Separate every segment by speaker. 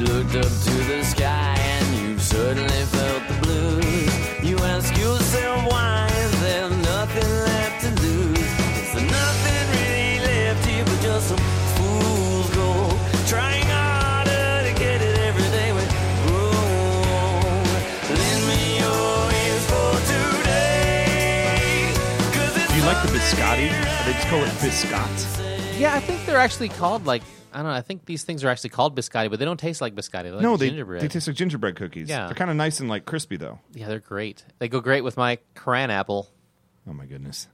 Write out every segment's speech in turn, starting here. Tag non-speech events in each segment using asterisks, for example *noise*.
Speaker 1: looked up to the sky and you certainly felt the blues. You ask yourself why is there nothing left to lose? Is there nothing really left here but just some fool's gold? Trying harder to get it every day we grow old. Lend me your ears for today. 'cause it's
Speaker 2: Do you like the
Speaker 1: nothing
Speaker 2: biscotti?
Speaker 1: here
Speaker 2: They just call it biscot.
Speaker 3: Yeah, I think they're actually called like I don't know. I think these things are actually called biscotti, but they don't taste like biscotti. They're like
Speaker 4: no, they
Speaker 3: gingerbread.
Speaker 4: they taste like gingerbread cookies.
Speaker 3: Yeah.
Speaker 4: They're kind of nice and like crispy though.
Speaker 3: yeah, they're great. They go great with my cran apple.
Speaker 4: Oh my goodness.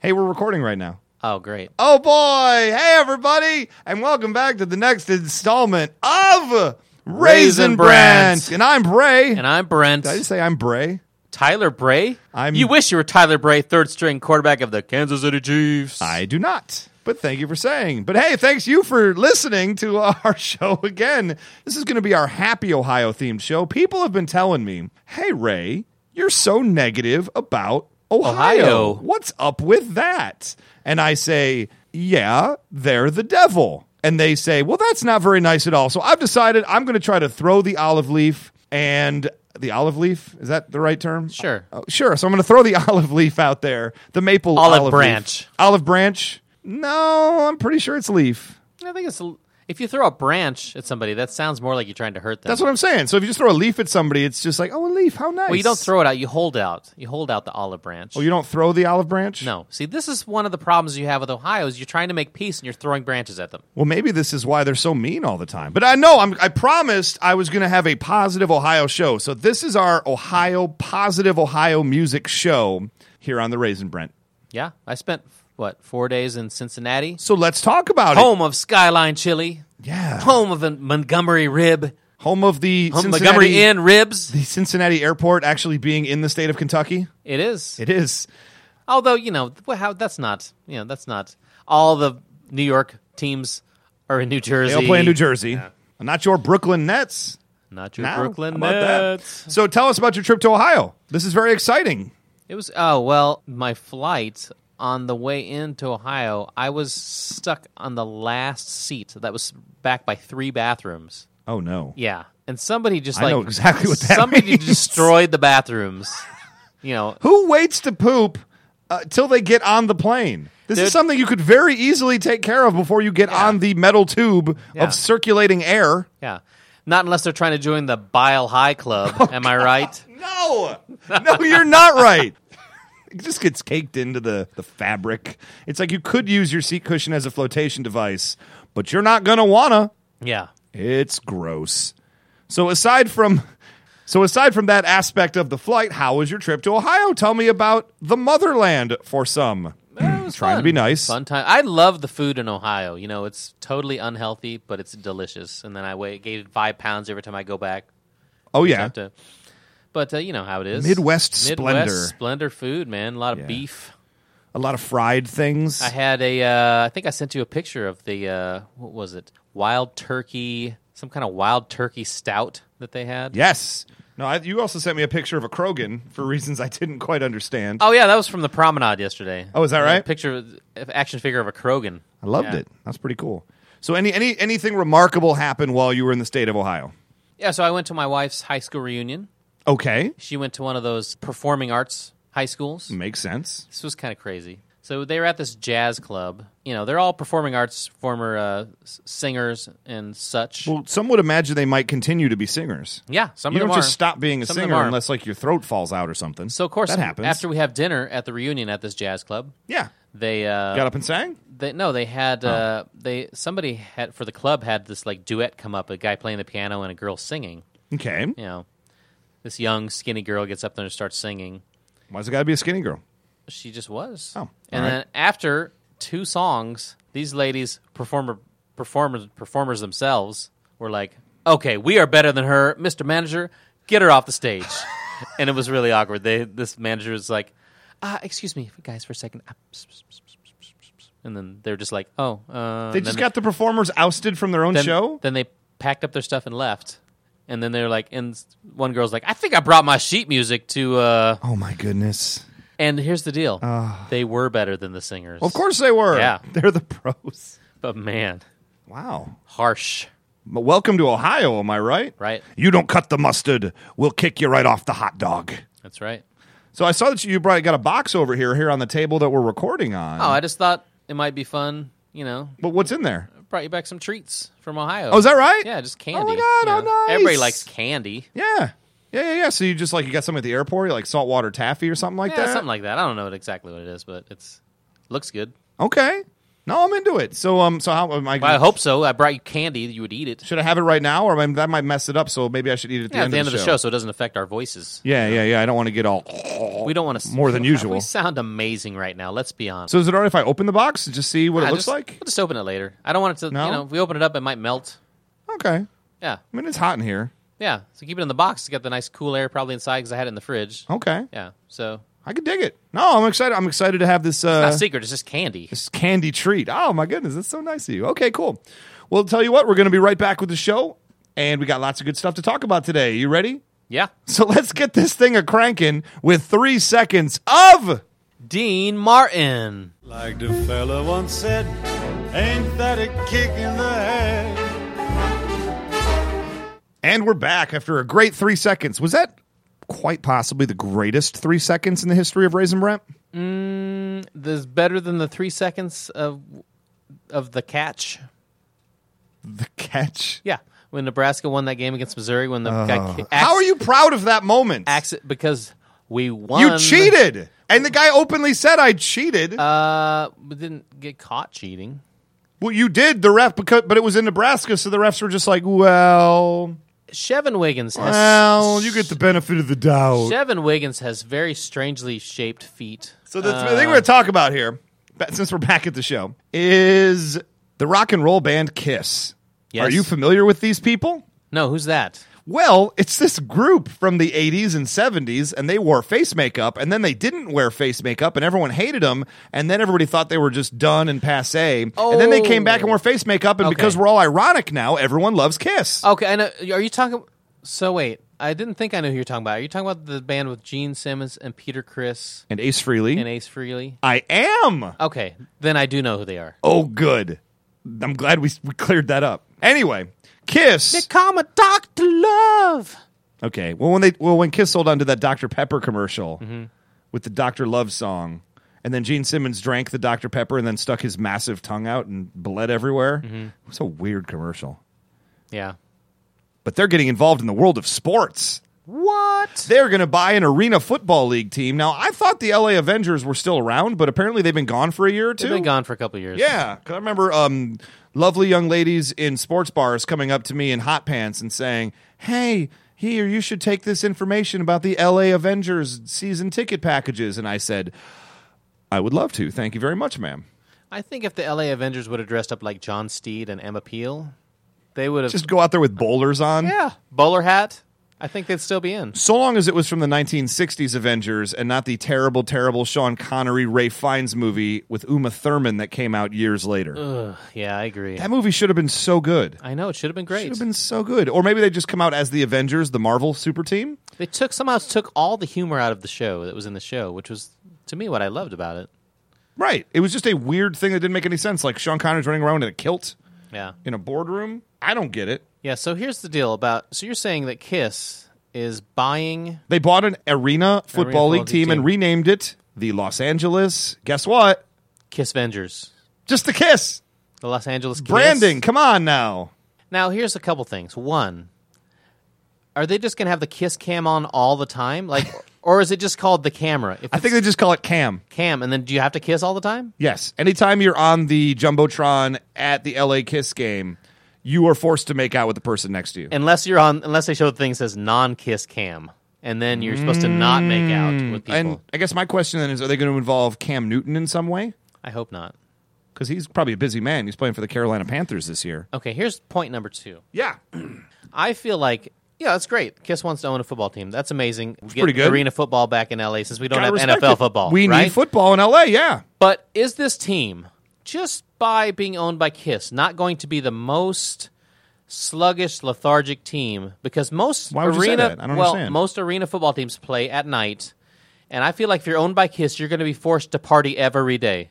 Speaker 4: Hey, we're recording right now.
Speaker 3: Oh, great!
Speaker 4: Oh boy! Hey everybody, and welcome back to the next installment of Raisin
Speaker 3: Raisin Brand.
Speaker 4: Brand. And I'm Bray.
Speaker 3: And I'm Brent
Speaker 4: Did I just say I'm Bray?
Speaker 3: Tyler Bray.
Speaker 4: I'm-
Speaker 3: You wish you were Tyler Bray, third string quarterback of the Kansas City Chiefs.
Speaker 4: I do not. But thank you for saying. But hey, thanks you for listening to *laughs* our show again. This is going to be our happy Ohio themed show. People have been telling me, "Hey Ray, you're so negative about Ohio.
Speaker 3: Ohio.
Speaker 4: What's up with that?" And I say, "Yeah, they're the devil." And they say, "Well, that's not very nice at all." So I've decided I'm going to try to throw the olive leaf and the olive leaf is that the right term?
Speaker 3: Sure.
Speaker 4: Oh, sure. So I'm going to throw the *laughs* olive leaf out there, the maple
Speaker 3: Olive
Speaker 4: leaf.
Speaker 3: branch.
Speaker 4: Olive branch? No, I'm pretty sure it's leaf.
Speaker 3: I think it's a- if you throw a branch at somebody, that sounds more like you're trying to hurt them.
Speaker 4: That's what I'm saying. So if you just throw a leaf at somebody, it's just like, oh, a leaf. How nice.
Speaker 3: well, you don't throw it out. You hold out. You hold out the olive branch.
Speaker 4: Oh, you don't throw the olive branch?
Speaker 3: no. See, this is one of the problems you have with Ohio is you're trying to make peace and you're throwing branches at them.
Speaker 4: Well, maybe this is why they're so mean all the time. But I know I'm, I promised I was going to have a positive Ohio show. So this is our Ohio positive Ohio music show here on the Raisin Brent.
Speaker 3: Yeah, I spent what four days in Cincinnati,
Speaker 4: So let's talk about it.
Speaker 3: home of Skyline Chili,
Speaker 4: Yeah.
Speaker 3: home of the Montgomery Rib,
Speaker 4: Home of the
Speaker 3: home of
Speaker 4: Cincinnati,
Speaker 3: Montgomery Inn ribs.
Speaker 4: The Cincinnati airport actually being in the state of Kentucky.
Speaker 3: It is,
Speaker 4: It is.
Speaker 3: although you know wh- how that's not you know that's not all the New York teams are in New Jersey.
Speaker 4: They all play in New Jersey. Not your Brooklyn Nets.
Speaker 3: not your
Speaker 4: now.
Speaker 3: Brooklyn
Speaker 4: How about that?
Speaker 3: Nets.
Speaker 4: So tell us about your trip to Ohio. This is very exciting.
Speaker 3: It was oh well, my flight on the way into Ohio, I was stuck on the last seat that was back by three bathrooms.
Speaker 4: Oh no.
Speaker 3: Yeah, and somebody just
Speaker 4: I
Speaker 3: like
Speaker 4: know exactly what that
Speaker 3: somebody
Speaker 4: means.
Speaker 3: destroyed the bathrooms. *laughs* You know,
Speaker 4: Who waits to poop uh, till they get on the plane? This
Speaker 3: Dude.
Speaker 4: is something you could very easily take care of before you get
Speaker 3: Yeah.
Speaker 4: on the metal tube
Speaker 3: Yeah.
Speaker 4: of circulating air.
Speaker 3: yeah, not unless they're trying to join the Bile High
Speaker 4: *laughs*
Speaker 3: Club.
Speaker 4: Oh,
Speaker 3: am I right?
Speaker 4: No, *laughs* no, you're not right. It just gets caked into the, the fabric. It's like you could use your seat cushion as a flotation device, but you're not gonna wanna.
Speaker 3: Yeah,
Speaker 4: It's gross. So aside from so aside from that aspect of the flight, how was your trip to Ohio? Tell me about the motherland for some.
Speaker 3: It was
Speaker 4: Trying to
Speaker 3: fun.
Speaker 4: be nice.
Speaker 3: Fun time. I love the food in Ohio. You know, it's totally unhealthy, but it's delicious. And then I weigh, gave five pounds every time I go back.
Speaker 4: Oh yeah.
Speaker 3: have to- but uh, you know how it is.
Speaker 4: Midwest splendor.
Speaker 3: Midwest splendor food, man. A lot of
Speaker 4: Yeah.
Speaker 3: beef.
Speaker 4: A lot of fried things.
Speaker 3: I had a. Uh, I think I sent you a picture of the. Uh, what was it? Wild turkey. Some kind of wild turkey stout that they had.
Speaker 4: yes. No, I, you also sent me a picture of a Krogan for reasons I didn't quite understand.
Speaker 3: Oh yeah, that was from the promenade yesterday.
Speaker 4: Oh, is that
Speaker 3: Yeah,
Speaker 4: right?
Speaker 3: Picture of- action figure of a Krogan.
Speaker 4: I loved
Speaker 3: yeah.
Speaker 4: it. That's pretty cool. So any any anything remarkable happened while you were in the state of Ohio?
Speaker 3: Yeah, so I went to my wife's high school reunion.
Speaker 4: Okay.
Speaker 3: She went to one of those performing arts high schools.
Speaker 4: Makes sense.
Speaker 3: This was kind of crazy. So they were at this jazz club. You know, they're all performing arts, former uh, s- singers and such.
Speaker 4: Well, some would imagine they might continue to be singers.
Speaker 3: yeah, some
Speaker 4: you
Speaker 3: of them
Speaker 4: don't just
Speaker 3: are.
Speaker 4: stop being a
Speaker 3: Some of them
Speaker 4: singer
Speaker 3: are.
Speaker 4: unless like your throat falls out or something.
Speaker 3: So of course,
Speaker 4: that happens.
Speaker 3: after we have dinner at the reunion at this jazz club,
Speaker 4: yeah,
Speaker 3: they uh,
Speaker 4: got up and sang.
Speaker 3: They, no, they had uh, they somebody had for the club had this like duet come up, a guy playing the piano and a girl singing.
Speaker 4: Okay,
Speaker 3: You know, this young skinny girl gets up there and starts singing.
Speaker 4: why's it got to be a skinny girl?
Speaker 3: She just was.
Speaker 4: Oh, all
Speaker 3: and
Speaker 4: right.
Speaker 3: then after two songs, these ladies performer performers performers themselves were like, "Okay, we are better than her, Mister Manager. Get her off
Speaker 4: *laughs*
Speaker 3: the stage." and it was really awkward. They this manager was like, uh, "Excuse me, guys, for a second. Uh, pss, pss, pss, pss, pss, pss, pss. And then they're just like, "Oh, uh,
Speaker 4: They
Speaker 3: and
Speaker 4: just
Speaker 3: then-
Speaker 4: got the performers ousted from their own
Speaker 3: then,
Speaker 4: show.
Speaker 3: Then they packed up their stuff and left. And then they're like, and s- one girl's like, "I think I brought my sheet music to." uh
Speaker 4: oh my goodness!
Speaker 3: And here's the deal:
Speaker 4: Uh.
Speaker 3: they were better than the singers.
Speaker 4: *laughs* Of course they were.
Speaker 3: Yeah.
Speaker 4: they're the pros.
Speaker 3: But man,
Speaker 4: Wow.
Speaker 3: Oh, harsh.
Speaker 4: But welcome to Ohio, am I right?
Speaker 3: Right.
Speaker 4: You don't cut the mustard, we'll kick you right off the hot dog.
Speaker 3: That's right.
Speaker 4: So I saw that you brought got a box over here here on the table that we're recording on.
Speaker 3: Oh, I just thought it might be fun. You know,
Speaker 4: but what's in there?
Speaker 3: brought you back some treats from Ohio.
Speaker 4: Oh, is that right?
Speaker 3: Yeah, just
Speaker 4: God,
Speaker 3: candy. you
Speaker 4: how
Speaker 3: know.
Speaker 4: nice.
Speaker 3: Everybody likes candy.
Speaker 4: Yeah. Yeah, yeah, yeah. So you just like you got something at the airport, you like saltwater taffy or something like
Speaker 3: Yeah,
Speaker 4: that.
Speaker 3: something like that. I don't know what- exactly what it is, but it's looks good.
Speaker 4: okay. No, I'm into it. So um, so how am I?
Speaker 3: Well, I hope so. I brought you candy. You would eat
Speaker 4: *laughs*
Speaker 3: it
Speaker 4: should I have it right now, or I mean, that might mess it up? So maybe I should eat it at the,
Speaker 3: yeah,
Speaker 4: end,
Speaker 3: at the
Speaker 4: of the show.
Speaker 3: so it doesn't affect our voices.
Speaker 4: Yeah, yeah, yeah. I don't want to get all. *laughs*
Speaker 3: We don't want to
Speaker 4: More than usual.
Speaker 3: *laughs* We sound amazing right now. Let's be honest.
Speaker 4: So is it alright if I open the box and just see what
Speaker 3: I
Speaker 4: it looks
Speaker 3: just-
Speaker 4: like?
Speaker 3: We'll just open it later. I don't want it to.
Speaker 4: No?
Speaker 3: You know, if we open it up, it might melt.
Speaker 4: Okay.
Speaker 3: Yeah,
Speaker 4: I mean, it's hot in here.
Speaker 3: yeah. So keep it in the box. It's got the nice cool air probably inside because I had it in the fridge.
Speaker 4: Okay.
Speaker 3: Yeah. So
Speaker 4: I could dig it. No, I'm excited. I'm excited to have this. Uh,
Speaker 3: not secret. It's just candy.
Speaker 4: this candy treat. Oh my goodness, that's so nice of you. Okay, cool. Well, tell you what, we're going to be right back with the show, and we got lots of good stuff to talk about today. You ready?
Speaker 3: yeah.
Speaker 4: So let's get this thing a cranking with three seconds of.
Speaker 3: Dean Martin.
Speaker 1: Like the fella once said, ain't that a kick in the head?
Speaker 4: And we're back after a great three seconds. Was that quite possibly the greatest three seconds in the history of Raisin Brent?
Speaker 3: This is better than the three seconds of of the catch.
Speaker 4: The catch.
Speaker 3: Yeah, when Nebraska won that game against Missouri, when the guy ki-
Speaker 4: Uh, How are you proud of that moment?
Speaker 3: acci- because we won.
Speaker 4: You cheated. And the guy openly said, I cheated.
Speaker 3: Uh, we didn't get caught cheating.
Speaker 4: well, you did, the ref, because, but it was in Nebraska, so the refs were just like, well.
Speaker 3: Shevin Wiggins has
Speaker 4: Well, you get the benefit of the doubt.
Speaker 3: Shevin Wiggins has very strangely shaped feet. Uh,
Speaker 4: So the thing we're going to talk about here, ba- since we're back at the show, is the rock and roll band Kiss.
Speaker 3: Yes.
Speaker 4: Are you familiar with these people?
Speaker 3: No, who's that?
Speaker 4: Well, it's this group from the 80s and 70s, and they wore face makeup, and then they didn't wear face makeup, and everyone hated them, and then everybody thought they were just done and passe. And then they came back and wore face makeup, and
Speaker 3: Okay. Oh.
Speaker 4: because we're all ironic now, everyone loves Kiss.
Speaker 3: Okay, I know. Are you talking? So wait, I didn't think I knew who you're talking about. Are you talking about the band with Gene Simmons and Peter Chris
Speaker 4: And Ace Frehley.
Speaker 3: and Ace Frehley?
Speaker 4: I am.
Speaker 3: Okay, then I do know who they are.
Speaker 4: Oh, good. I'm glad we, we cleared that up. Anyway, Kiss.
Speaker 3: Come a doctor love.
Speaker 4: Okay. Well, when they well when Kiss sold onto that Dr Pepper commercial with the Dr Love song, and then Gene Simmons drank the Dr Pepper and then stuck his massive tongue out and bled everywhere. It was a weird commercial.
Speaker 3: Yeah.
Speaker 4: But they're getting involved in the world of sports.
Speaker 3: What?
Speaker 4: They're going to buy an arena football league team. Now, I thought the LA Avengers were still around, but apparently they've been gone for a year or 2
Speaker 3: They've been gone for a couple of years.
Speaker 4: Yeah, 'cause I remember um, lovely young ladies in sports bars coming up to me in hot pants and saying, "Hey, here, you should take this information about the L.A. Avengers season ticket packages." And I said, "I would love to. Thank you very much, ma'am."
Speaker 3: I think if the LA Avengers would have dressed up like John Steed and Emma Peel, they would have.
Speaker 4: Just go out there with bowlers on.
Speaker 3: yeah. Bowler hat. I think they'd still be in.
Speaker 4: So long as it was from the 1960s Avengers and not the terrible, terrible Sean Connery Ray Fiennes movie with Uma Thurman that came out years later.
Speaker 3: Yeah, I agree.
Speaker 4: That movie should have been so good.
Speaker 3: I know it should have been
Speaker 4: Should
Speaker 3: great.
Speaker 4: have been so good. Or maybe they just come out as the Avengers, the Marvel super team.
Speaker 3: They took somehow took all the humor out of the show that was in the show, which was to me what I loved about it.
Speaker 4: Right. It was just a weird thing that didn't make any sense. Like Sean Connery's running around in a kilt
Speaker 3: Yeah.
Speaker 4: in a boardroom. I don't get it.
Speaker 3: Yeah, so here's the deal about so you're saying that Kiss is buying
Speaker 4: They bought an arena football league
Speaker 3: football league
Speaker 4: team, and
Speaker 3: team.
Speaker 4: renamed it the Los Angeles. Guess what?
Speaker 3: Kiss Vengers.
Speaker 4: Just the kiss
Speaker 3: The Los Angeles Kiss.
Speaker 4: branding. Come on now.
Speaker 3: Now, here's a couple things. One, are they just going to have the kiss cam on all the time?
Speaker 4: *laughs*
Speaker 3: Like, or is it just called the camera? If
Speaker 4: I
Speaker 3: it's
Speaker 4: think they just call it Cam.
Speaker 3: cam, and then do you have to kiss all the time?
Speaker 4: Yes. Anytime you're on the jumbotron at the LA Kiss game, you are forced to make out with the person next to you.
Speaker 3: Unless you're on, unless they show the thing that says non-kiss cam, and then you're supposed to not make out with people.
Speaker 4: Mm, And I guess my question then is: Are they going to involve Cam Newton in some way?
Speaker 3: I hope not.
Speaker 4: Because he's probably a busy man. He's playing for the Carolina Panthers this year.
Speaker 3: Okay, here's point number two.
Speaker 4: Yeah.
Speaker 3: I feel like. Yeah, that's great. Kiss wants to own a football team. That's amazing. Get
Speaker 4: pretty good.
Speaker 3: Arena football back in LA since we don't
Speaker 4: Gotta
Speaker 3: have
Speaker 4: respect
Speaker 3: NFL
Speaker 4: it.
Speaker 3: football.
Speaker 4: We
Speaker 3: right?
Speaker 4: need football in LA. Yeah,
Speaker 3: But is this team just by being owned by Kiss not going to be the most sluggish, lethargic team? Because most
Speaker 4: Why would you
Speaker 3: arena
Speaker 4: say that? I don't
Speaker 3: well,
Speaker 4: understand.
Speaker 3: most arena football teams play at night, and I feel like if you're owned by Kiss, you're going to be forced to party every day.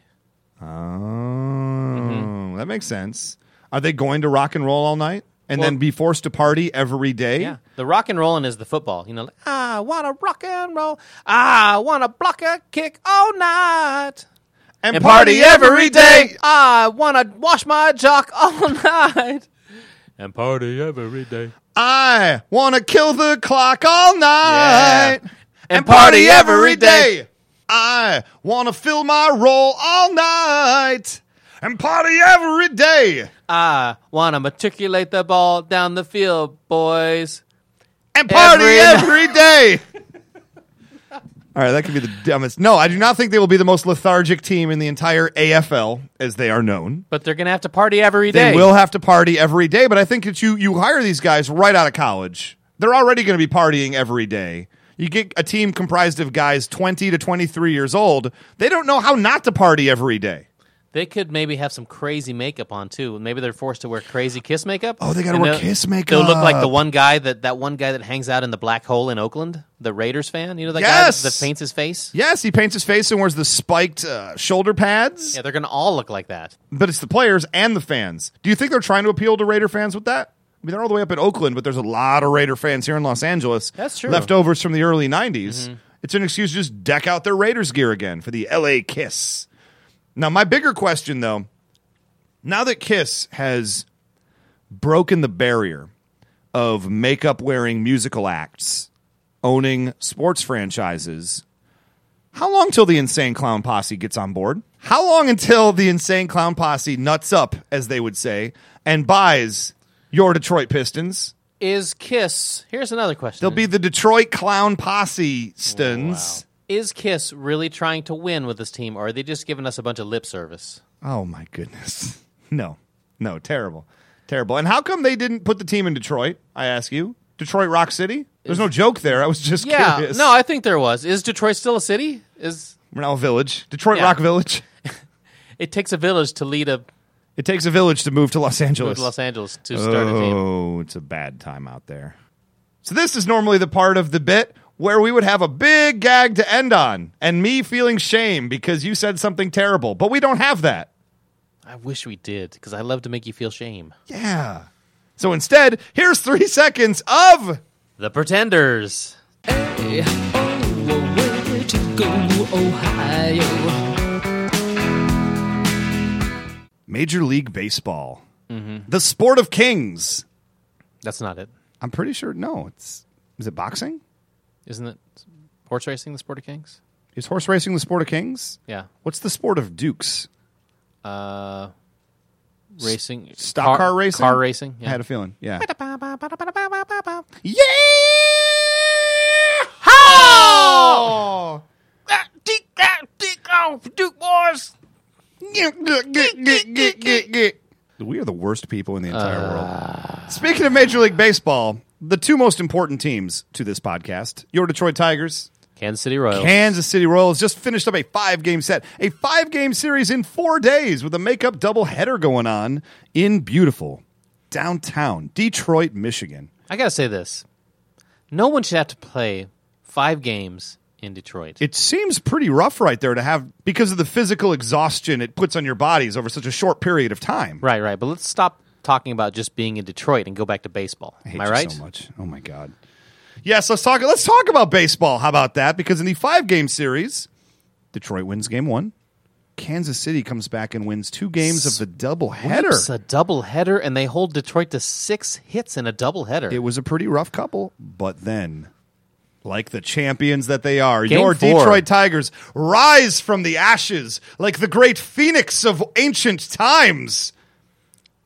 Speaker 3: Mm-hmm.
Speaker 4: that makes sense. Are they going to rock and roll all night? and then be forced to party every day.
Speaker 3: Yeah. The rock and rolling is the football. You know, like, I want to rock and roll. I want to block a kick all night.
Speaker 4: And,
Speaker 3: And
Speaker 4: party every day.
Speaker 3: I want to wash my jock all *laughs* night. And party every day.
Speaker 4: I want to kill the clock all night
Speaker 3: Yeah. And party every day.
Speaker 4: I want to fill my role all night and party every day
Speaker 3: I want to matriculate the ball down the field, boys.
Speaker 4: and party
Speaker 3: Every
Speaker 4: every day. *laughs* All right, that could be the dumbest. No, I do not think they will be the most lethargic team in the entire AFL as they are known.
Speaker 3: But they're going to have to party every day.
Speaker 4: They will have to party every day, but I think that you you hire these guys right out of college. They're already going to be partying every day. You get a team comprised of guys 20 to 23 years old. They don't know how not to party every day.
Speaker 3: They could maybe have some crazy makeup on too. Maybe they're forced to wear crazy kiss makeup.
Speaker 4: Oh, they gotta
Speaker 3: And
Speaker 4: wear
Speaker 3: they'll-
Speaker 4: Kiss makeup.
Speaker 3: They'll look like the one guy that that one guy that hangs out in the black hole in Oakland, the Raiders fan. You know that
Speaker 4: Yes!
Speaker 3: guy that, that paints his face.
Speaker 4: Yes, he paints his face and wears the spiked uh, shoulder pads,
Speaker 3: Yeah, they're gonna all look like that.
Speaker 4: but it's the players and the fans. Do you think they're trying to appeal to Raider fans with that? I mean, they're all the way up in Oakland, but there's a lot of Raider fans here in Los Angeles.
Speaker 3: That's true. Mm-hmm.
Speaker 4: Leftovers from the early 90s. It's an excuse to just deck out their Raiders gear again for the LA Kiss. Now, my bigger question, though, now that Kiss has broken the barrier of makeup wearing musical acts owning sports franchises, how long till the Insane Clown Posse gets on board? How long until the Insane Clown Posse nuts up, as they would say, and buys your Detroit Pistons?
Speaker 3: Is Kiss? Here's another question.
Speaker 4: They'll be the Detroit Clown Posse Stons.
Speaker 3: Is Kiss really trying to win with this team, or are they just giving us a bunch of lip service?
Speaker 4: Oh my goodness. *laughs* No. No, terrible. Terrible. And how come they didn't put the team in Detroit? I ask you. Detroit Rock City? There's no joke there. I was just
Speaker 3: Yeah,
Speaker 4: curious.
Speaker 3: no, I think there was. Is Detroit still a city? Is
Speaker 4: We're now a village. Detroit
Speaker 3: Yeah.
Speaker 4: Rock Village.
Speaker 3: it takes a village to lead a
Speaker 4: It takes a village to move to Los Angeles.
Speaker 3: Los Angeles to start a team?
Speaker 4: Oh, it's a bad time out there. So this is normally the part of the bit where we would have a big gag to end on and me feeling shame because you said something terrible, but we don't have that.
Speaker 3: I wish we did because I love to make you feel shame.
Speaker 4: Yeah. So instead, here's 3 *laughs* seconds of
Speaker 3: The Pretenders.
Speaker 5: Oh, where to go, Ohio?
Speaker 4: Major League Baseball. The Sport of Kings.
Speaker 3: That's not it.
Speaker 4: I'm pretty sure no, it's is it boxing?
Speaker 3: Isn't it horse racing the sport of kings?
Speaker 4: Is horse racing the sport of kings?
Speaker 3: Yeah.
Speaker 4: What's the sport of dukes?
Speaker 3: Uh, racing.
Speaker 4: Stock car, racing?
Speaker 3: Car racing.
Speaker 4: I
Speaker 3: Yeah.
Speaker 4: had a feeling. Yeah.
Speaker 3: That
Speaker 4: Yeah! How?
Speaker 3: deep, that deep, oh, Duke Boys.
Speaker 4: We are the worst people in the entire world. Speaking of Major League Baseball, the two most important teams to this podcast, your Detroit Tigers,
Speaker 3: Kansas City Royals.
Speaker 4: Kansas City Royals, just finished up a five game set, a five game series in four days with a makeup doubleheader going on in beautiful downtown Detroit, Michigan.
Speaker 3: I gotta say this: no one should have to play five games in Detroit.
Speaker 4: it seems pretty rough right there to have because of the physical exhaustion it puts on your bodies over such a short period of time.
Speaker 3: right, right. But let's stop talking about just being in Detroit and go back to baseball.
Speaker 4: I hate
Speaker 3: Am I
Speaker 4: you
Speaker 3: right?
Speaker 4: so much. Oh my god. Yes, let's talk. Let's talk about baseball. How about that? Because in the five game series, Detroit wins game one. Kansas City comes back and wins two games of the
Speaker 3: It's
Speaker 4: doubleheader.
Speaker 3: a double header, and they hold Detroit to six hits in a double header.
Speaker 4: It was a pretty rough couple, but then, like the champions that they are,
Speaker 3: Game
Speaker 4: your
Speaker 3: four.
Speaker 4: Detroit Tigers rise from the ashes like the great phoenix of ancient times.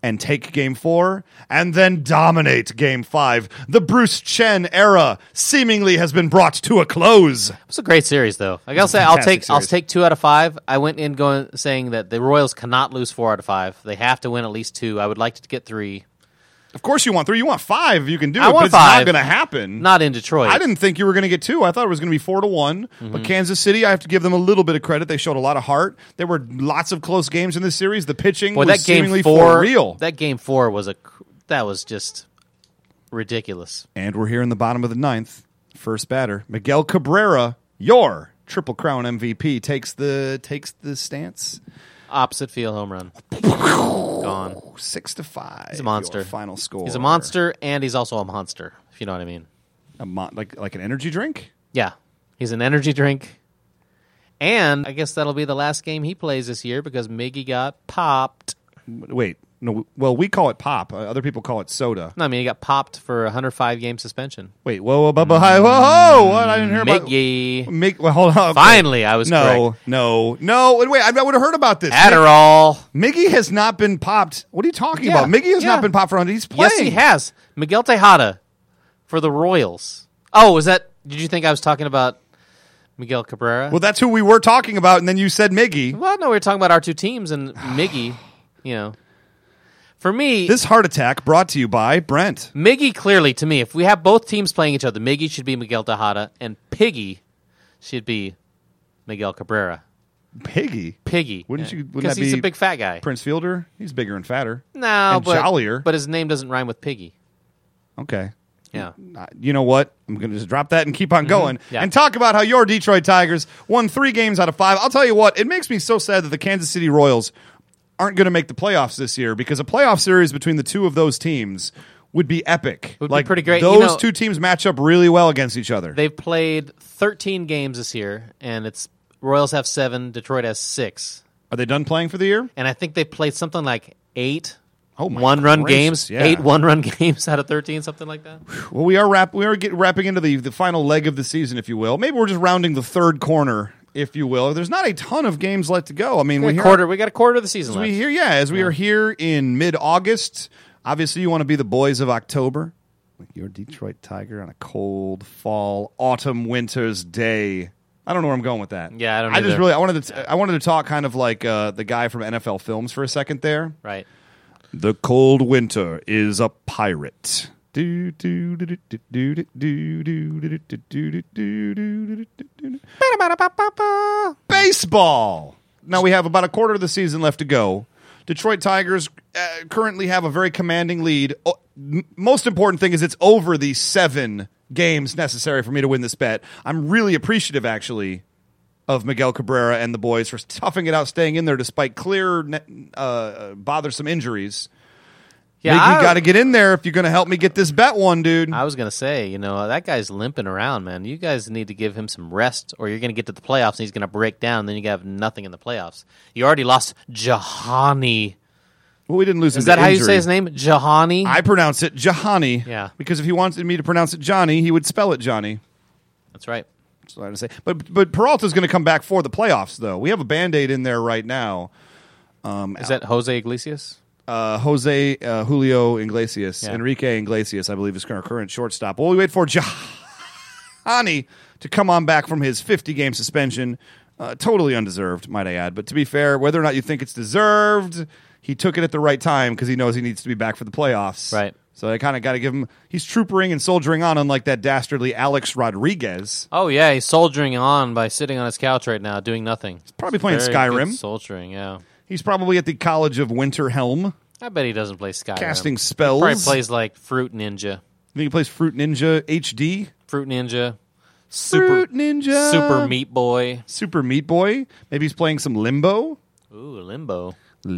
Speaker 4: and take game four and then dominate game five. The Bruce Chen era seemingly has been brought to a close.
Speaker 3: It's a great series, though. Like I'll say, I'll
Speaker 4: fantastic
Speaker 3: take I'll
Speaker 4: series.
Speaker 3: take two out of five. I went in going saying that the Royals cannot lose four out of five. They have to win at least two. I would like to get three.
Speaker 4: Of course, you want three. You want five. You can do
Speaker 3: I
Speaker 4: it, but
Speaker 3: want
Speaker 4: it's not
Speaker 3: five.
Speaker 4: going to happen.
Speaker 3: Not in Detroit.
Speaker 4: I didn't think you were going to get two. I thought it was going to be four to one. But Kansas City, I have to give them a little bit of credit. They showed a lot of heart. There were lots of close games in this series. The pitching
Speaker 3: Boy,
Speaker 4: was
Speaker 3: that game
Speaker 4: seemingly
Speaker 3: four.
Speaker 4: for real.
Speaker 3: That game four was a cr- that was just ridiculous.
Speaker 4: And we're here in the bottom of the ninth. First batter, Miguel Cabrera, your Triple Crown MVP, takes the takes the stance.
Speaker 3: opposite field home run. Gone.
Speaker 4: Six to five.
Speaker 3: He's a monster.
Speaker 4: your final score.
Speaker 3: He's a monster, and he's also a monster. If you know what I mean.
Speaker 4: A mon- like like an energy drink.
Speaker 3: Yeah, he's an energy drink, and I guess that'll be the last game he plays this year because Miggy got popped.
Speaker 4: Wait, no. Well, we call it pop. Uh, other people call it soda.
Speaker 3: No, I mean he got popped for a 105 game suspension.
Speaker 4: Wait, whoa, whoa, bubba, hi, whoa, whoa! What I didn't hear about.
Speaker 3: Miggy.
Speaker 4: Mig- well, hold on.
Speaker 3: Finally, I was
Speaker 4: no,
Speaker 3: correct.
Speaker 4: no, no. Wait, I, I would have heard about this.
Speaker 3: Adderall.
Speaker 4: Miggy has not been popped. What are you talking
Speaker 3: Yeah,
Speaker 4: about? Miggy has
Speaker 3: yeah.
Speaker 4: not been popped for. He's playing.
Speaker 3: Yes, he has. Miguel Tejada for the Royals. Oh, was that? Did you think I was talking about Miguel Cabrera?
Speaker 4: Well, that's who we were talking about, and then you said Miggy.
Speaker 3: Well, no, we were talking about our two teams
Speaker 4: *sighs*
Speaker 3: and Miggy. You know, for me,
Speaker 4: This heart attack brought to you by Brent.
Speaker 3: Miggy clearly to me, if we have both teams playing each other, Miggy should be Miguel Tejada and Piggy should be Miguel Cabrera.
Speaker 4: Piggy.
Speaker 3: Piggy,
Speaker 4: Wouldn't you- wouldn't
Speaker 3: Because
Speaker 4: that
Speaker 3: he's
Speaker 4: be
Speaker 3: a big fat guy.
Speaker 4: Prince Fielder. He's bigger and fatter.
Speaker 3: no,
Speaker 4: and
Speaker 3: but
Speaker 4: jollier.
Speaker 3: But his name doesn't rhyme with Piggy.
Speaker 4: Okay.
Speaker 3: Yeah,
Speaker 4: Uh, You know what? I'm going to just drop that and keep on going
Speaker 3: Mm-hmm. Yeah.
Speaker 4: and talk about how your Detroit Tigers won three games out of five. I'll tell you what, it makes me so sad that the Kansas City Royals aren't going to make the playoffs this year because a playoff series between the two of those teams would be epic.
Speaker 3: Would be
Speaker 4: like
Speaker 3: pretty great. You
Speaker 4: Those
Speaker 3: know-
Speaker 4: two teams match up really well against each other.
Speaker 3: they've played 13 games this year, and it's Royals have seven, Detroit has six,
Speaker 4: Are they done playing for the year?
Speaker 3: and I think they played something like eight.
Speaker 4: Oh my gracious,
Speaker 3: run games,
Speaker 4: yeah.
Speaker 3: eight one-run *laughs* games out of thirteen, something like that.
Speaker 4: Well, we are wrap we are get, wrapping into the the final leg of the season, if you will. Maybe we're just rounding the third corner, if you will. There's not a ton of games left to go. I mean, we
Speaker 3: We
Speaker 4: hear,
Speaker 3: quarter, we got a quarter of the season
Speaker 4: as
Speaker 3: left.
Speaker 4: we hear, yeah, as we are here in mid August. Obviously, you want to be the boys of October, like your Detroit Tiger on a cold fall, autumn, winter's day. I don't know where I'm going with that.
Speaker 3: Yeah, I don't
Speaker 4: I just
Speaker 3: either.
Speaker 4: really I wanted to t- I wanted to talk kind of like uh, the guy from NFL Films for a second there.
Speaker 3: right.
Speaker 4: The cold winter is a pirate. Do, do, do, do, do, do, do, do, do, do, do, do, do, do, do, do, do, do. Baseball. Now we have about a quarter of the season left to go. Detroit Tigers uh, currently have a very commanding lead. O- m- most important thing is it's over the seven games necessary for me to win this bet. I'm really appreciative, actually, of Miguel Cabrera and the boys for toughing it out, staying in there despite clear, ne- uh, bothersome injuries.
Speaker 3: Yeah,
Speaker 4: Big,
Speaker 3: I-
Speaker 4: you got to get in there if you're going to help me get this bet one, dude.
Speaker 3: I was gonna say, you know, that guy's limping around, man. You guys need to give him some rest, or you're gonna get to the playoffs and he's gonna break down. then you are gonna have nothing in the playoffs. You already lost Jahani.
Speaker 4: well, we didn't lose.
Speaker 3: Is that how you say his name, Jahani?
Speaker 4: I pronounce it Jahani.
Speaker 3: Yeah.
Speaker 4: Because if he wanted me to pronounce it Johnny, he would spell it Johnny.
Speaker 3: That's right.
Speaker 4: That's what I say. But but Peralta's going to come back for the playoffs, though. We have a band aid in there right now.
Speaker 3: Is that Jose Iglesias?
Speaker 4: Uh, Jose uh, Julio Iglesias,
Speaker 3: Yeah.
Speaker 4: Enrique Iglesias, I believe, is our current shortstop. Well, we wait for *laughs* Jahani to come on back from his 50 game suspension. Uh, totally undeserved, might I add. But to be fair, whether or not you think it's deserved, he took it at the right time because he knows he needs to be back for the playoffs.
Speaker 3: Right.
Speaker 4: So I kind of got to give him. He's troopering and soldiering on, unlike that dastardly Alex Rodriguez.
Speaker 3: Oh yeah, he's soldiering on by sitting on his couch right now, doing nothing. He's
Speaker 4: probably playing Skyrim.
Speaker 3: Soldiering, yeah.
Speaker 4: He's probably at the College of Winter Helm,
Speaker 3: I bet he doesn't play Skyrim.
Speaker 4: casting
Speaker 3: Probably
Speaker 4: spells.
Speaker 3: plays like Fruit Ninja.
Speaker 4: I think he plays Fruit Ninja HD.
Speaker 3: Fruit Ninja. Super
Speaker 4: Fruit Ninja.
Speaker 3: Super Meat Boy.
Speaker 4: Super Meat Boy. Maybe he's playing some Limbo.
Speaker 3: Ooh, Limbo.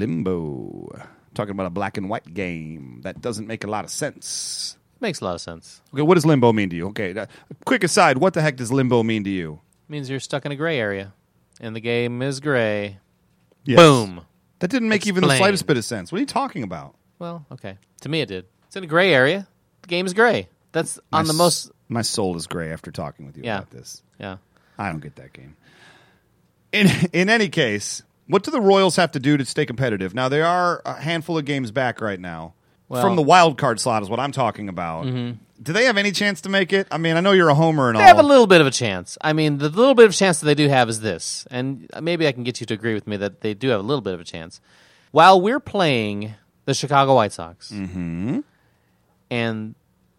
Speaker 4: Limbo. Talking about a black and white game. That doesn't make a lot of sense.
Speaker 3: Makes a lot of sense.
Speaker 4: Okay, what does limbo mean to you? Okay, uh, quick aside, what the heck does limbo mean to you?
Speaker 3: means you're stuck in a gray area, and the game is gray.
Speaker 4: Yes.
Speaker 3: Boom.
Speaker 4: That didn't make even the
Speaker 3: Explain.
Speaker 4: slightest bit of sense. What are you talking about?
Speaker 3: Well, okay. To me, it did. It's in a gray area. The game is gray. That's
Speaker 4: My
Speaker 3: on the
Speaker 4: s-
Speaker 3: most.
Speaker 4: My soul is gray after talking with you
Speaker 3: Yeah.
Speaker 4: about this.
Speaker 3: Yeah.
Speaker 4: I don't get that game. In *laughs* in any case, what do the Royals have to do to stay competitive? Now they are a handful of games back right now
Speaker 3: Well- Mm-hmm.
Speaker 4: from the wild card slot is what I'm talking about. Do they have any chance to make it? I mean, I know you're a homer and
Speaker 3: They
Speaker 4: all.
Speaker 3: have a little bit of a chance. I mean, the little bit of chance that they do have is this, and maybe I can get you to agree with me that they do have a little bit of a chance. While we're playing the Chicago White Sox and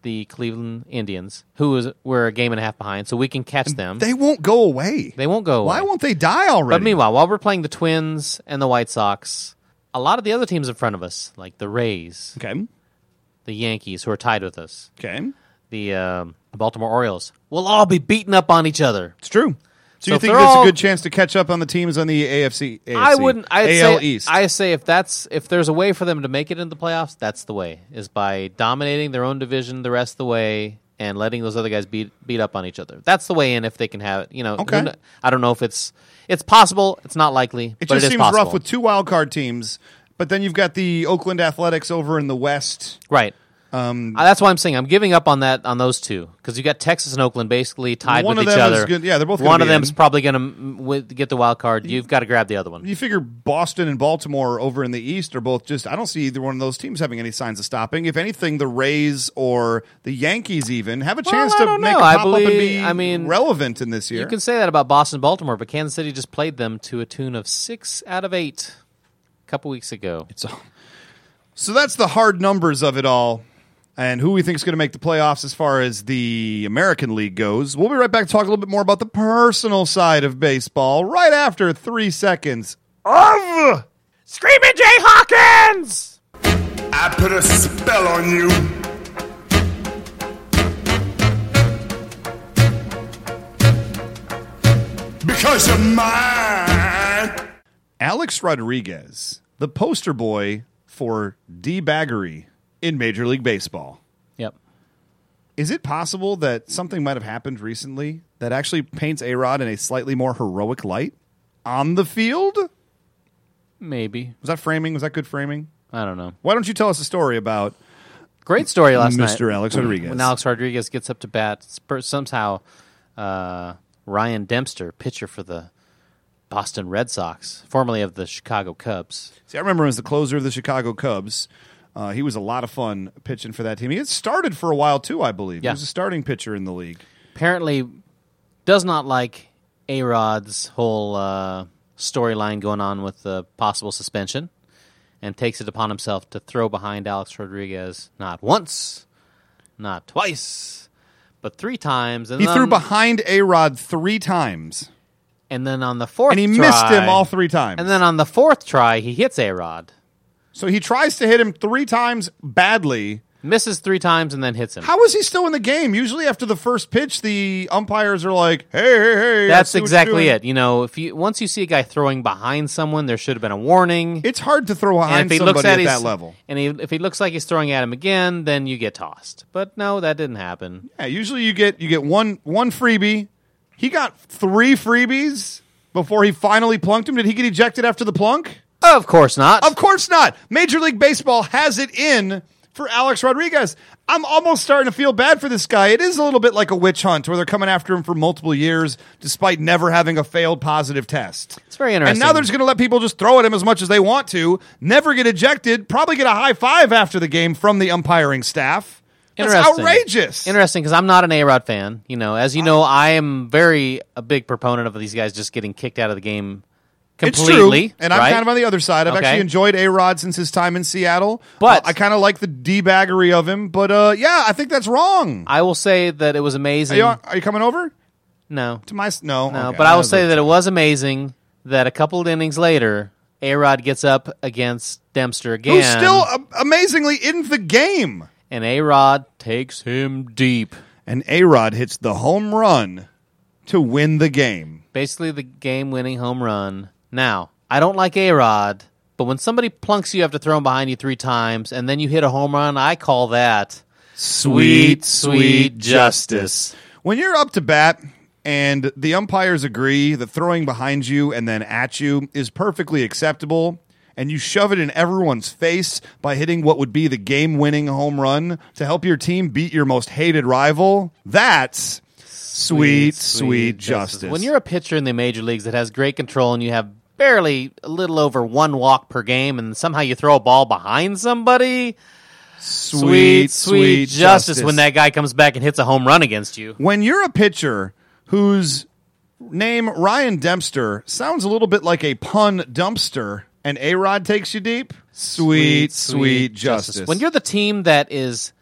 Speaker 3: the Cleveland Indians, who is were a game and a half behind, so we can catch them.
Speaker 4: they won't go away.
Speaker 3: They won't go.
Speaker 4: Why
Speaker 3: away.
Speaker 4: won't they die already?
Speaker 3: But meanwhile, while we're playing the Twins and the White Sox, a lot of the other teams in front of us, like the Rays,
Speaker 4: okay,
Speaker 3: the Yankees, who are tied with us,
Speaker 4: okay,
Speaker 3: the um, Baltimore Orioles, will all be beating up on each other.
Speaker 4: it's true.
Speaker 3: So
Speaker 4: So, you
Speaker 3: if
Speaker 4: think
Speaker 3: they're
Speaker 4: there's
Speaker 3: all-
Speaker 4: a good chance to catch up on the teams on the AFC? AFC
Speaker 3: I wouldn't. I
Speaker 4: AL
Speaker 3: say,
Speaker 4: East.
Speaker 3: I say if that's if there's a way for them to make it into the playoffs, that's the way is by dominating their own division the rest of the way and letting those other guys beat beat up on each other. That's the way in if they can have it. You know, who
Speaker 4: Okay.
Speaker 3: kn- I don't know if it's it's possible. It's not likely,
Speaker 4: it
Speaker 3: but
Speaker 4: just
Speaker 3: it is
Speaker 4: seems
Speaker 3: possible.
Speaker 4: rough with two wild card teams, but then you've got the Oakland Athletics over in the West.
Speaker 3: right.
Speaker 4: Um,
Speaker 3: Uh, that's why I'm saying I'm giving up on that on those two because you got Texas and Oakland basically tied
Speaker 4: One
Speaker 3: with
Speaker 4: of
Speaker 3: each
Speaker 4: them is
Speaker 3: other.
Speaker 4: good- yeah, they're both gonna
Speaker 3: one of
Speaker 4: be in.
Speaker 3: them's probably going to get the wild card. You've got to grab the other one.
Speaker 4: You figure Boston and Baltimore over in the East are both just. I don't see either one of those teams having any signs of stopping. If anything, the Rays or the Yankees even have a chance
Speaker 3: I
Speaker 4: to
Speaker 3: don't
Speaker 4: make
Speaker 3: know.
Speaker 4: a
Speaker 3: I
Speaker 4: pop up and
Speaker 3: believe-
Speaker 4: be
Speaker 3: I mean,
Speaker 4: relevant in this year.
Speaker 3: You can say that about Boston, and Baltimore, but Kansas City just played them to a tune of six out of eight a couple weeks ago.
Speaker 4: So that's the hard numbers of it all and who we think is going to make the playoffs as far as the American League goes. We'll be right back to talk a little bit more about the personal side of baseball right after three seconds.
Speaker 3: Screaming Jay Hawkins.
Speaker 6: I put a spell on you. Because you're mine.
Speaker 4: Alex Rodriguez, the poster boy for debaggery in Major League Baseball.
Speaker 3: Yep.
Speaker 4: Is it possible that something might have happened recently that actually paints A Rod in a slightly more heroic light on the field? Was
Speaker 3: Maybe.
Speaker 4: that framing? Was that good framing?
Speaker 3: I don't know.
Speaker 4: Why don't you tell us a story about
Speaker 3: Great story last night. Mm-hmm.
Speaker 4: Mr. Alex Rodriguez.
Speaker 3: When Alex Rodriguez gets up to bat, spur- somehow uh, Ryan Dempster, pitcher for the Boston Red Sox, formerly of the Chicago Cubs.
Speaker 4: See, I remember him as the closer of the Chicago Cubs. Uh, he was a lot of fun pitching for that team. He had started for a while too, I believe. He
Speaker 3: Yeah.
Speaker 4: was a starting pitcher in the league.
Speaker 3: apparently does not like A Rod's whole uh, storyline going on with the possible suspension and takes it upon himself to throw behind Alex Rodriguez not once, not twice, but three times. And
Speaker 4: He
Speaker 3: then,
Speaker 4: threw behind A Rod three times,
Speaker 3: And then on the fourth
Speaker 4: and he missed
Speaker 3: try-
Speaker 4: him all three times.
Speaker 3: And then on the fourth try, he hits A Rod,
Speaker 4: so he tries to hit him three times badly.
Speaker 3: misses three times, and then hits him.
Speaker 4: How is he still in the game? Usually, after the first pitch, the umpires are like, "Hey, hey, hey!"
Speaker 3: That's
Speaker 4: I see what you're
Speaker 3: exactly
Speaker 4: doing."
Speaker 3: it. You know, if you once you see a guy throwing behind someone, there should have been a warning.
Speaker 4: It's hard to throw behind
Speaker 3: and if he
Speaker 4: somebody
Speaker 3: looks at,
Speaker 4: at
Speaker 3: he's-
Speaker 4: that level.
Speaker 3: and he, if he looks like he's throwing at him again, then you get tossed. But no, that didn't happen.
Speaker 4: Yeah, usually you get you get one one freebie. He got three freebies before he finally plunked him. Did he get ejected after the plunk?
Speaker 3: Of course not.
Speaker 4: Of course not. Major League Baseball has it in for Alex Rodriguez. I'm almost starting to feel bad for this guy. It is a little bit like a witch hunt where they're coming after him for multiple years despite never having a failed positive test.
Speaker 3: it's very
Speaker 4: And
Speaker 3: interesting.
Speaker 4: now they're just going to let people just throw at him as much as they want to, never get ejected, probably get a high five after the game from the umpiring staff. That's
Speaker 3: Interesting.
Speaker 4: outrageous.
Speaker 3: Interesting because I'm not an A Rod fan. You know, as you know, I am very a big proponent of these guys just getting kicked out of the game completely.
Speaker 4: It's true. And I'm
Speaker 3: right?
Speaker 4: kind of on the other side. I've
Speaker 3: Okay.
Speaker 4: actually enjoyed A Rod since his time in Seattle.
Speaker 3: But-
Speaker 4: Uh, I kind of like the debaggery of him. But uh, yeah, I think that's wrong.
Speaker 3: I will say that it was amazing.
Speaker 4: Are you, are you coming over
Speaker 3: no,
Speaker 4: to my s- no?
Speaker 3: no,
Speaker 4: okay.
Speaker 3: but I will
Speaker 4: was
Speaker 3: say
Speaker 4: like-
Speaker 3: that it was amazing that a couple of innings later, A Rod gets up against Dempster again,
Speaker 4: who's still uh, amazingly in the game.
Speaker 3: and A Rod takes him deep.
Speaker 4: And A Rod hits the home run to win the game.
Speaker 3: basically the game winning home run. Now, I don't like A Rod, but when somebody plunks you after throwing behind you three times and then you hit a home run, I call that
Speaker 4: Sweet,
Speaker 3: sweet justice.
Speaker 4: When you're up to bat and the umpires agree that throwing behind you and then at you is perfectly acceptable, and you shove it in everyone's face by hitting what would be the game winning home run to help your team beat your most hated rival, that's sweet, sweet, justice.
Speaker 3: When you're a pitcher in the major leagues that has great control and you have barely a little over one walk per game and somehow you throw a ball behind somebody, sweet, sweet, justice, when that guy comes back and hits a home run against you.
Speaker 4: when you're a pitcher whose name Ryan Dempster sounds a little bit like a pun dumpster, and A Rod takes you deep. Sweet, sweet, justice.
Speaker 3: When you're the team that is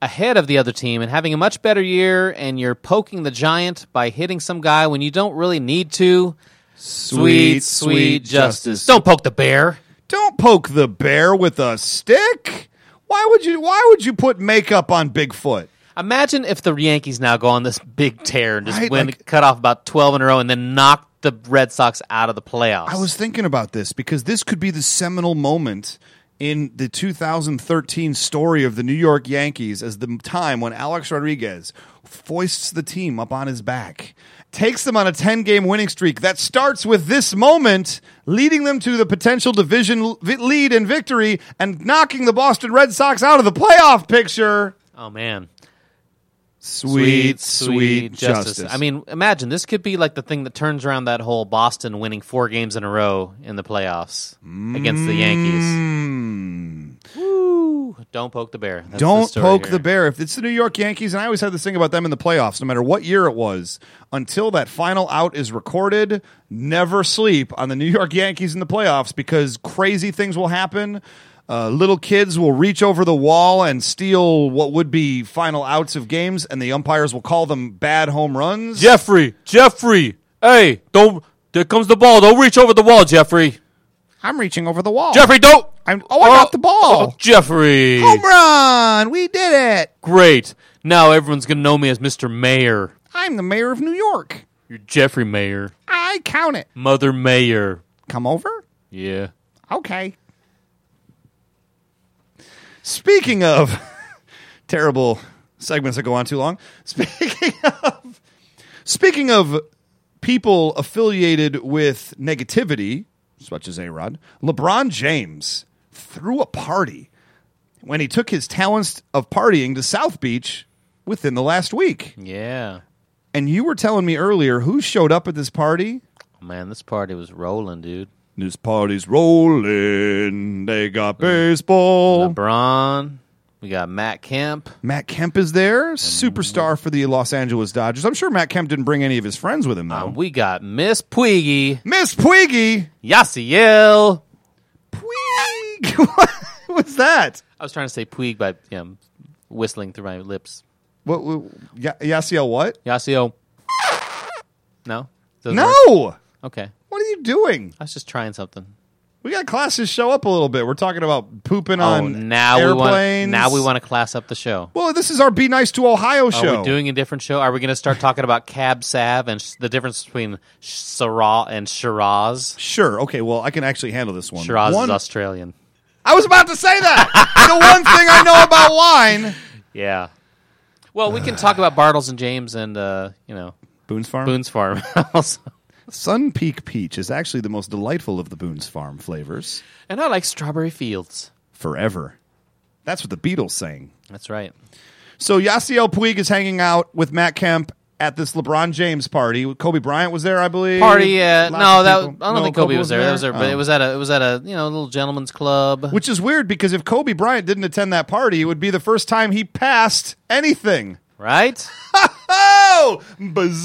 Speaker 3: ahead of the other team and having a much better year and you're poking the giant by hitting some guy when you don't really need to, sweet, sweet justice. Don't poke the bear.
Speaker 4: Don't poke the bear with a stick. Why would you? Why would you put makeup on Bigfoot?
Speaker 3: Imagine if the Yankees now go on this big tear and just
Speaker 4: Right,
Speaker 3: win,
Speaker 4: like-
Speaker 3: cut off about twelve in a row, and then knock the Red Sox out of the playoffs.
Speaker 4: I was thinking about this because this could be the seminal moment in the 2013 story of the New York Yankees as the time when Alex Rodriguez foists the team up on his back, takes them on a 10 game winning streak that starts with this moment, leading them to the potential division l- vi- lead and victory, and knocking the Boston Red Sox out of the playoff picture.
Speaker 3: oh man,
Speaker 4: Sweet, sweet, justice.
Speaker 3: I mean, imagine this could be like the thing that turns around that whole Boston winning four games in a row in the playoffs against the Yankees. Woo! Don't poke the bear. That's the
Speaker 4: Mm. Don't
Speaker 3: story
Speaker 4: poke
Speaker 3: here.
Speaker 4: the bear. If it's the New York Yankees, and I always had this thing about them in the playoffs, no matter what year it was, until that final out is recorded, never sleep on the New York Yankees in the playoffs because crazy things will happen. Uh, little kids will reach over the wall and steal what would be final outs of games, and the umpires will call them bad home runs.
Speaker 3: Jeffrey, Jeffrey, hey, don't. There comes the ball. Don't reach over the wall, Jeffrey.
Speaker 4: I'm reaching over the wall.
Speaker 3: Jeffrey, don't.
Speaker 4: I'm, oh, I got the ball.
Speaker 3: Jeffrey.
Speaker 4: Oh, Home run. We did it.
Speaker 3: Great. Now everyone's going to know me as Mr. Mayor.
Speaker 4: I'm the mayor of New York.
Speaker 3: You're Jeffrey Mayor.
Speaker 4: I count it.
Speaker 3: Mother Mayor.
Speaker 4: Come over.
Speaker 3: Yeah.
Speaker 4: Okay. Speaking of *laughs* terrible segments that go on too long, speaking *laughs* of speaking of people affiliated with negativity, such as A-Rod, LeBron James threw a party when he took his talents of partying to South Beach within the last week.
Speaker 3: Yeah.
Speaker 4: And you were telling me earlier who showed up at this party?
Speaker 3: Man, this party was rolling, dude.
Speaker 4: This party's rolling. They got baseball.
Speaker 3: LeBron. We got Matt Kemp.
Speaker 4: Matt Kemp is there, superstar for the Los Angeles Dodgers. I'm sure Matt Kemp didn't bring any of his friends with him, though.
Speaker 3: Um, We got Miss Puigi.
Speaker 4: Miss Puigi!
Speaker 3: Yasiel.
Speaker 4: Puig! *laughs* what was that?
Speaker 3: I was trying to say Puig by um, whistling through my lips.
Speaker 4: What? what y- Yasiel, what?
Speaker 3: Yasiel. No? Doesn't
Speaker 4: No!
Speaker 3: work? Okay.
Speaker 4: What are you doing?
Speaker 3: I was just trying something.
Speaker 4: We got classes show up a little bit. We're talking about pooping
Speaker 3: Oh,
Speaker 4: on
Speaker 3: now we, want,
Speaker 4: airplanes.
Speaker 3: now we want to class up the show.
Speaker 4: Well, this is our Be Nice to Ohio show.
Speaker 3: Are we doing a different show? Are we going to start talking about cab sav and sh- the difference between Syrah and Shiraz?
Speaker 4: Sure. Okay. Well, I can actually handle this one.
Speaker 3: Shiraz
Speaker 4: One-
Speaker 3: is Australian.
Speaker 4: I was about to say that. the one thing I know about wine.
Speaker 3: Yeah. Well, we can talk about Bartles and James and uh, you know
Speaker 4: Boone's Farm.
Speaker 3: *laughs* Boone's Farm. *laughs* also.
Speaker 4: Sun Peak Peach is actually the most delightful of the Boone's Farm flavors.
Speaker 3: And I like Strawberry Fields.
Speaker 4: Forever. That's what the Beatles sang.
Speaker 3: That's right.
Speaker 4: So Yasiel Puig is hanging out with Matt Kemp at this LeBron James party. Kobe Bryant was there, I believe.
Speaker 3: Party. Uh,
Speaker 4: Lots
Speaker 3: no,
Speaker 4: of
Speaker 3: that I
Speaker 4: people.
Speaker 3: don't
Speaker 4: No,
Speaker 3: think Kobe, was there. That was there, but it
Speaker 4: Oh.
Speaker 3: was at a it was at a you know little gentleman's club.
Speaker 4: Which is weird because if Kobe Bryant didn't attend that party, it would be the first time he passed anything.
Speaker 3: right.
Speaker 4: Oh,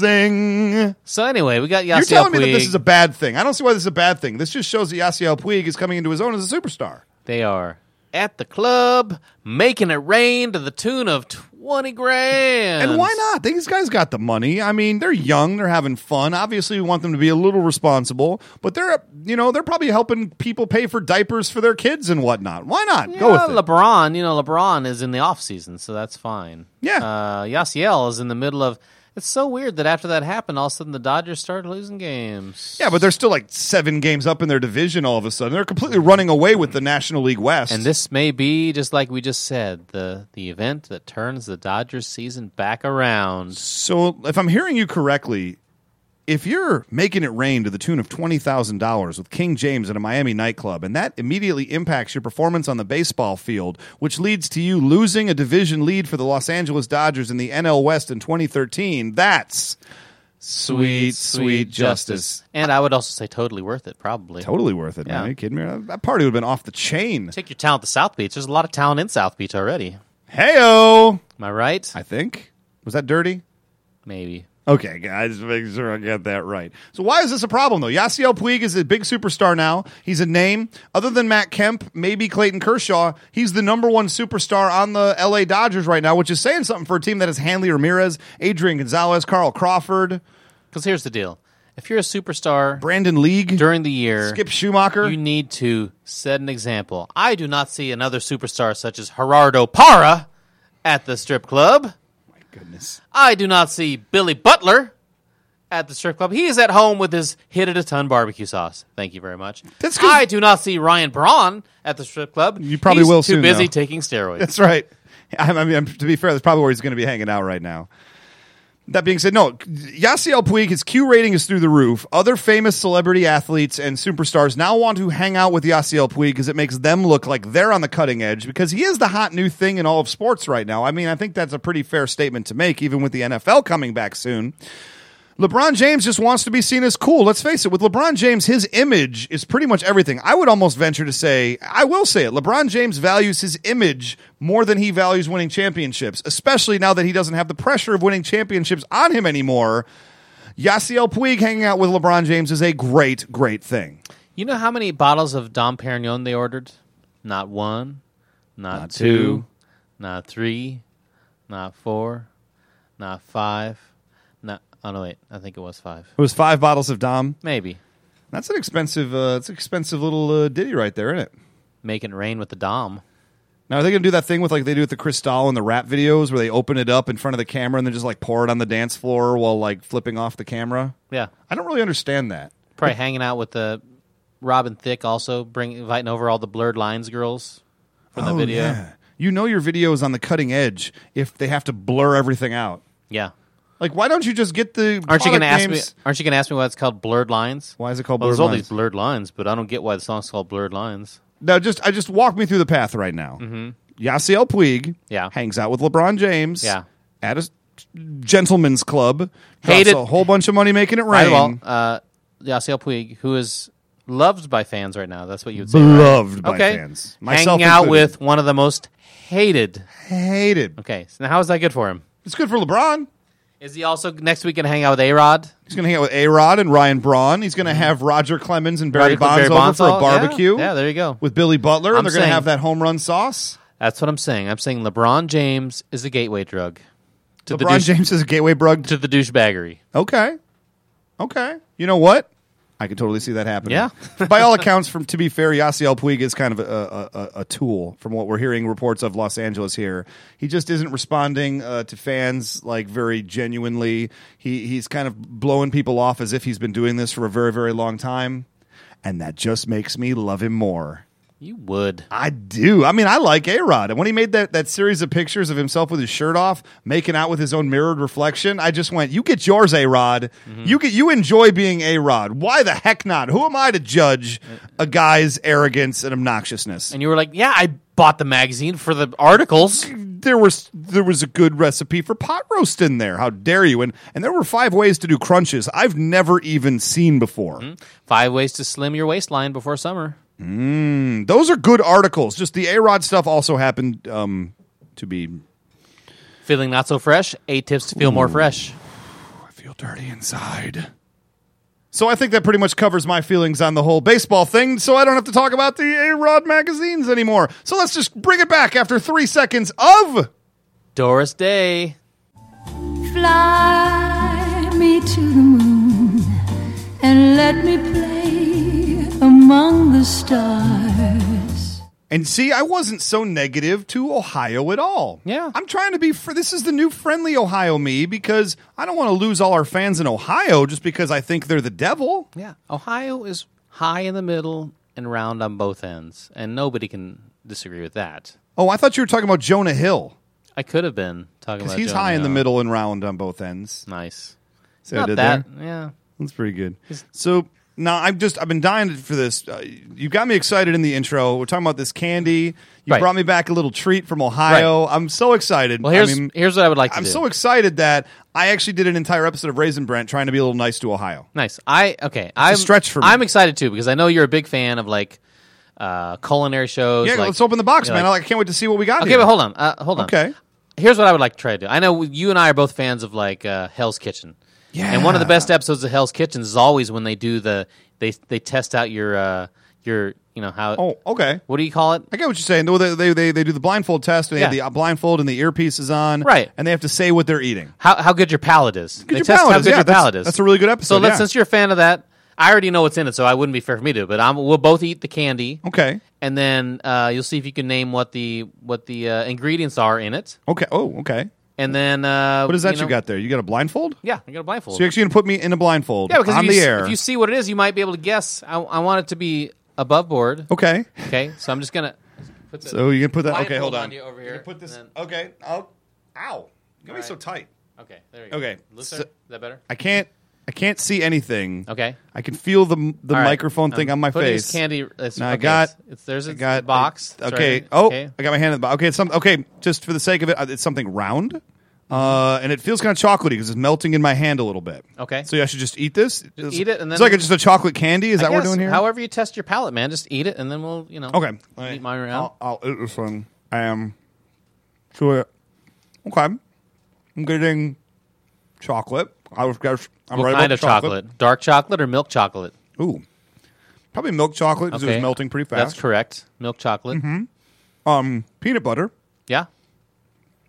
Speaker 4: bazing!
Speaker 3: So anyway, we got Yasiel
Speaker 4: You're telling me that this
Speaker 3: Puig.
Speaker 4: is a bad thing. I don't see why this is a bad thing. This just shows that Yasiel Puig is coming into his own as a superstar.
Speaker 3: They are at the club making it rain to the tune of twenty grand.
Speaker 4: And why not? These guys got the money. I mean, they're young, they're having fun. Obviously, we want them to be a little responsible, but they're you know they're probably helping people pay for diapers for their kids and whatnot. Why not go
Speaker 3: Yeah,
Speaker 4: with it?
Speaker 3: LeBron, you know, LeBron is in the off season, so that's fine.
Speaker 4: Yeah.
Speaker 3: Uh, Yasiel is in the middle of. It's so weird that after that happened, all of a sudden the Dodgers started losing games.
Speaker 4: Yeah, but they're still like seven games up in their division. All of a sudden, they're completely running away with the National League West.
Speaker 3: And this may be just like we just said, the the event that turns the Dodgers season back around.
Speaker 4: so, if I'm hearing you correctly, if you're making it rain to the tune of twenty thousand dollars with King James at a Miami nightclub, and that immediately impacts your performance on the baseball field, which leads to you losing a division lead for the Los Angeles Dodgers in the NL West in 2013, that's sweet,
Speaker 3: And I would also say totally worth it, probably.
Speaker 4: Totally worth it, man.
Speaker 3: Yeah.
Speaker 4: Are you kidding me? That- That party would have been off the chain.
Speaker 3: Take your talent to South Beach. There's a lot of talent in South Beach already.
Speaker 4: Heyo,
Speaker 3: Am I right?
Speaker 4: I think. Was that dirty?
Speaker 3: Maybe.
Speaker 4: Okay, guys, make sure I get that right. So, why is this a problem though? Yasiel Puig is a big superstar now. He's a name. Other than Matt Kemp, maybe Clayton Kershaw, he's the number one superstar on the LA Dodgers right now, which is saying something for a team that has Hanley Ramirez, Adrian Gonzalez, Carl Crawford,
Speaker 3: Because here's the deal: if you're a superstar
Speaker 4: Brandon League,
Speaker 3: during the year,
Speaker 4: Skip Schumacher.
Speaker 3: you need to set an example. I do not see another superstar such as Gerardo Parra at the strip club.
Speaker 4: Goodness.
Speaker 3: I do not see Billy Butler at the strip club. He is at home with his hit it a ton barbecue sauce. Thank you very much.
Speaker 4: That's 'cause-
Speaker 3: I do not see Ryan Braun at the strip club.
Speaker 4: You probably
Speaker 3: He's
Speaker 4: will
Speaker 3: Too
Speaker 4: soon,
Speaker 3: busy
Speaker 4: though.
Speaker 3: taking steroids.
Speaker 4: That's *laughs* right. I I mean, I'm- to be fair, that's probably where he's going to be hanging out right now. That being said, no, Yasiel Puig, his Q rating is through the roof. Other famous celebrity athletes and superstars now want to hang out with Yasiel Puig because it makes them look like they're on the cutting edge because he is the hot new thing in all of sports right now. I mean, I think that's a pretty fair statement to make, even with the NFL coming back soon. LeBron James just wants to be seen as cool. Let's face it, with LeBron James, his image is pretty much everything. I would almost venture to say, I will say it, LeBron James values his image more than he values winning championships, especially now that he doesn't have the pressure of winning championships on him anymore. Yasiel Puig hanging out with LeBron James is a great, great thing.
Speaker 3: You know how many bottles of Dom Perignon they ordered? Not one, not, two,
Speaker 4: two.
Speaker 3: not three, not four, not five, not. Oh no, wait. I think it was five.
Speaker 4: It was five bottles of Dom.
Speaker 3: Maybe
Speaker 4: That's an expensive, uh, that's an expensive little uh, ditty right there, isn't it?
Speaker 3: make it rain with the Dom.
Speaker 4: Now are they gonna do that thing with like they do with the Cristal and the rap videos where they open it up in front of the camera and then just like pour it on the dance floor while like flipping off the camera?
Speaker 3: Yeah,
Speaker 4: I don't really understand that. *laughs*
Speaker 3: probably hanging out with the Robin Thicke. Also, bring inviting over all the blurred lines girls for
Speaker 4: Oh,
Speaker 3: the video. Oh, Yeah.
Speaker 4: You know your video is on the cutting edge if they have to blur everything out. Like why don't you just get the
Speaker 3: Aren't you
Speaker 4: product
Speaker 3: gonna ask me?
Speaker 4: names-
Speaker 3: Aren't you gonna ask me why it's called blurred lines?
Speaker 4: Why is it called
Speaker 3: Well,
Speaker 4: blurred
Speaker 3: there's all
Speaker 4: lines?
Speaker 3: these blurred lines, but I don't get why the song's called blurred lines.
Speaker 4: No, just I just walk me through the path right now. Mm-hmm. Yasiel Puig
Speaker 3: Yeah.
Speaker 4: hangs out with LeBron James
Speaker 3: Yeah.
Speaker 4: at a s- gentleman's club.
Speaker 3: Hated-
Speaker 4: drops a whole bunch of money making it rain.
Speaker 3: Right, well, uh, Yasiel Puig, who is loved by fans right now. That's what you would say. right?
Speaker 4: Beloved by
Speaker 3: okay.
Speaker 4: fans.
Speaker 3: Hanging out
Speaker 4: included.
Speaker 3: with one of the most hated.
Speaker 4: hated.
Speaker 3: Okay, so now how is that good for him?
Speaker 4: It's good for LeBron.
Speaker 3: Is he also next week going to hang out with A Rod?
Speaker 4: He's going to hang out with A Rod and Ryan Braun. He's going to have Roger Clemens and Barry
Speaker 3: Mm-hmm. Roger Clemens,
Speaker 4: Bonds
Speaker 3: Barry
Speaker 4: over for
Speaker 3: Bonds,
Speaker 4: a
Speaker 3: yeah.
Speaker 4: barbecue.
Speaker 3: Yeah, there you go.
Speaker 4: With Billy Butler,
Speaker 3: I'm
Speaker 4: and they're going to
Speaker 3: saying-
Speaker 4: have that home run sauce.
Speaker 3: That's what I'm saying. I'm saying LeBron James is the gateway drug to the
Speaker 4: LeBron
Speaker 3: douche,
Speaker 4: James is a gateway drug.
Speaker 3: to the douchebaggery.
Speaker 4: okay, okay. You know what? I could totally see that happening.
Speaker 3: Yeah.
Speaker 4: *laughs* By all accounts, from to be fair, Yasiel Puig is kind of a, a- a, a tool. From what we're hearing reports of Los Angeles here, he just isn't responding uh, to fans like very genuinely. He he's kind of blowing people off as if he's been doing this for a very very long time, and that just makes me love him more.
Speaker 3: You would.
Speaker 4: I do. I mean, I like A Rod. And when he made that, that series of pictures of himself with his shirt off, making out with his own mirrored reflection, I just went, You get yours, A Rod. You get you enjoy being A Rod. Why the heck not? Who am I to judge a guy's arrogance and obnoxiousness?
Speaker 3: And you were like, yeah, I bought the magazine for the articles.
Speaker 4: there was there was a good recipe for pot roast in there. How dare you? And and there were five ways to do crunches I've never even seen before.
Speaker 3: Five ways to slim your waistline before summer.
Speaker 4: Those are good articles. Just the A Rod stuff also happened um, to be
Speaker 3: Feeling not so fresh? Eight tips to feel more fresh.
Speaker 4: feel dirty inside. So I think that pretty much covers my feelings on the whole baseball thing, so I don't have to talk about the A Rod magazines anymore. So let's just bring it back after three seconds of
Speaker 3: Doris Day.
Speaker 7: Fly me to the moon and let me play among the stars.
Speaker 4: And see, I wasn't so negative to Ohio at all.
Speaker 3: Yeah.
Speaker 4: I'm trying to be for this is the new friendly Ohio me because I don't want to lose all our fans in Ohio just because I think they're the devil.
Speaker 3: Yeah. Ohio is high in the middle and round on both ends, and nobody can disagree with that.
Speaker 4: Oh, I thought you were talking about Jonah Hill
Speaker 3: I could have been talking
Speaker 4: because
Speaker 3: about
Speaker 4: he's
Speaker 3: Jonah
Speaker 4: high in the
Speaker 3: Hill.
Speaker 4: middle and round on both ends.
Speaker 3: Nice.
Speaker 4: See what I
Speaker 3: Not
Speaker 4: did
Speaker 3: that.
Speaker 4: there?
Speaker 3: Yeah.
Speaker 4: That's pretty good. So now I'm just I've been dying for this. Uh, you got me excited in the intro. We're talking about this candy. You
Speaker 3: Right.
Speaker 4: brought me back a little treat from Ohio. I'm so excited.
Speaker 3: Well, here's
Speaker 4: I mean,
Speaker 3: here's what I would like to
Speaker 4: I'm
Speaker 3: do.
Speaker 4: so excited that I actually did an entire episode of Raisin Brent trying to be a little nice to Ohio.
Speaker 3: Nice. I okay. I'm
Speaker 4: stretch for me.
Speaker 3: I'm excited too because I know you're a big fan of like uh, culinary shows.
Speaker 4: Yeah,
Speaker 3: like-
Speaker 4: let's open the box,
Speaker 3: you're
Speaker 4: man. I
Speaker 3: like-
Speaker 4: like, I can't wait to see what we got.
Speaker 3: okay,
Speaker 4: here.
Speaker 3: but hold on. Uh, hold on.
Speaker 4: Okay.
Speaker 3: Here's what I would like to try to do. I know you and I are both fans of like uh, Hell's Kitchen.
Speaker 4: Yeah.
Speaker 3: And one of the best episodes of Hell's Kitchen is always when they do the they they test out your uh, your you know how
Speaker 4: Oh, okay.
Speaker 3: what do you call it?
Speaker 4: I get what you're saying. Though They, they, they, they do the blindfold test, and they
Speaker 3: Yeah.
Speaker 4: have the blindfold and the earpieces on,
Speaker 3: Right.
Speaker 4: And they have to say what they're eating.
Speaker 3: How how good your palate is. They
Speaker 4: your
Speaker 3: test
Speaker 4: palate
Speaker 3: how
Speaker 4: is.
Speaker 3: good
Speaker 4: Yeah,
Speaker 3: your
Speaker 4: that's-
Speaker 3: palate is.
Speaker 4: that's a really good episode,
Speaker 3: So let's
Speaker 4: yeah.
Speaker 3: since you're a fan of that, I already know what's in it, so I wouldn't be fair for me to. But I'm, we'll both eat the candy.
Speaker 4: Okay,
Speaker 3: and then uh, you'll see if you can name what the what the uh, ingredients are in it,
Speaker 4: okay. Oh, okay.
Speaker 3: And then uh,
Speaker 4: What is that you,
Speaker 3: know-
Speaker 4: got there? You got a blindfold?
Speaker 3: Yeah, I got a blindfold.
Speaker 4: So you're actually gonna put me in a blindfold
Speaker 3: yeah, because
Speaker 4: on
Speaker 3: if,
Speaker 4: the
Speaker 3: you, s-
Speaker 4: air.
Speaker 3: if you see what it is, you might be able to guess. I, I want it to be above board.
Speaker 4: okay.
Speaker 3: Okay, so I'm just gonna. Put the
Speaker 4: So you can put that. Okay,
Speaker 3: blindfold
Speaker 4: hold on.
Speaker 3: you over here.
Speaker 4: Put this.
Speaker 3: and then-
Speaker 4: Okay. I'll, ow! Gonna be so
Speaker 3: Alright.
Speaker 4: tight.
Speaker 3: okay, there you go.
Speaker 4: Okay,
Speaker 3: Looks
Speaker 4: so-
Speaker 3: is that better?
Speaker 4: I can't. I can't see anything.
Speaker 3: Okay.
Speaker 4: I can feel the the
Speaker 3: All right.
Speaker 4: microphone thing
Speaker 3: I'm
Speaker 4: on my
Speaker 3: putting
Speaker 4: face.
Speaker 3: this Candy. It's,
Speaker 4: Now I
Speaker 3: okay,
Speaker 4: got-
Speaker 3: It's, it's- there's a
Speaker 4: I got
Speaker 3: box.
Speaker 4: I-
Speaker 3: It's
Speaker 4: okay.
Speaker 3: right-
Speaker 4: oh,
Speaker 3: okay.
Speaker 4: I got my hand in the box. Okay, it's some. Okay, just for the sake of it, uh, it's something round, uh, and it feels kind of chocolatey because it's melting in my hand a little bit.
Speaker 3: Okay.
Speaker 4: So I should just eat this. Just
Speaker 3: eat it and
Speaker 4: it's
Speaker 3: then-
Speaker 4: like a, just a chocolate candy. Is that what we're
Speaker 3: Yes,
Speaker 4: doing here?
Speaker 3: However you test your palate, man, just eat it and then we'll, you know,
Speaker 4: Okay.
Speaker 3: eat mine around.
Speaker 4: I'll, I'll eat this one. I am. Sure. Okay. I'm getting chocolate. I was guess I'm
Speaker 3: What
Speaker 4: right
Speaker 3: kind
Speaker 4: about
Speaker 3: of chocolate? Dark chocolate or milk chocolate?
Speaker 4: Ooh. Probably milk chocolate because it was melting pretty fast.
Speaker 3: That's correct. Milk chocolate.
Speaker 4: Mm-hmm. Um, peanut butter.
Speaker 3: Yeah,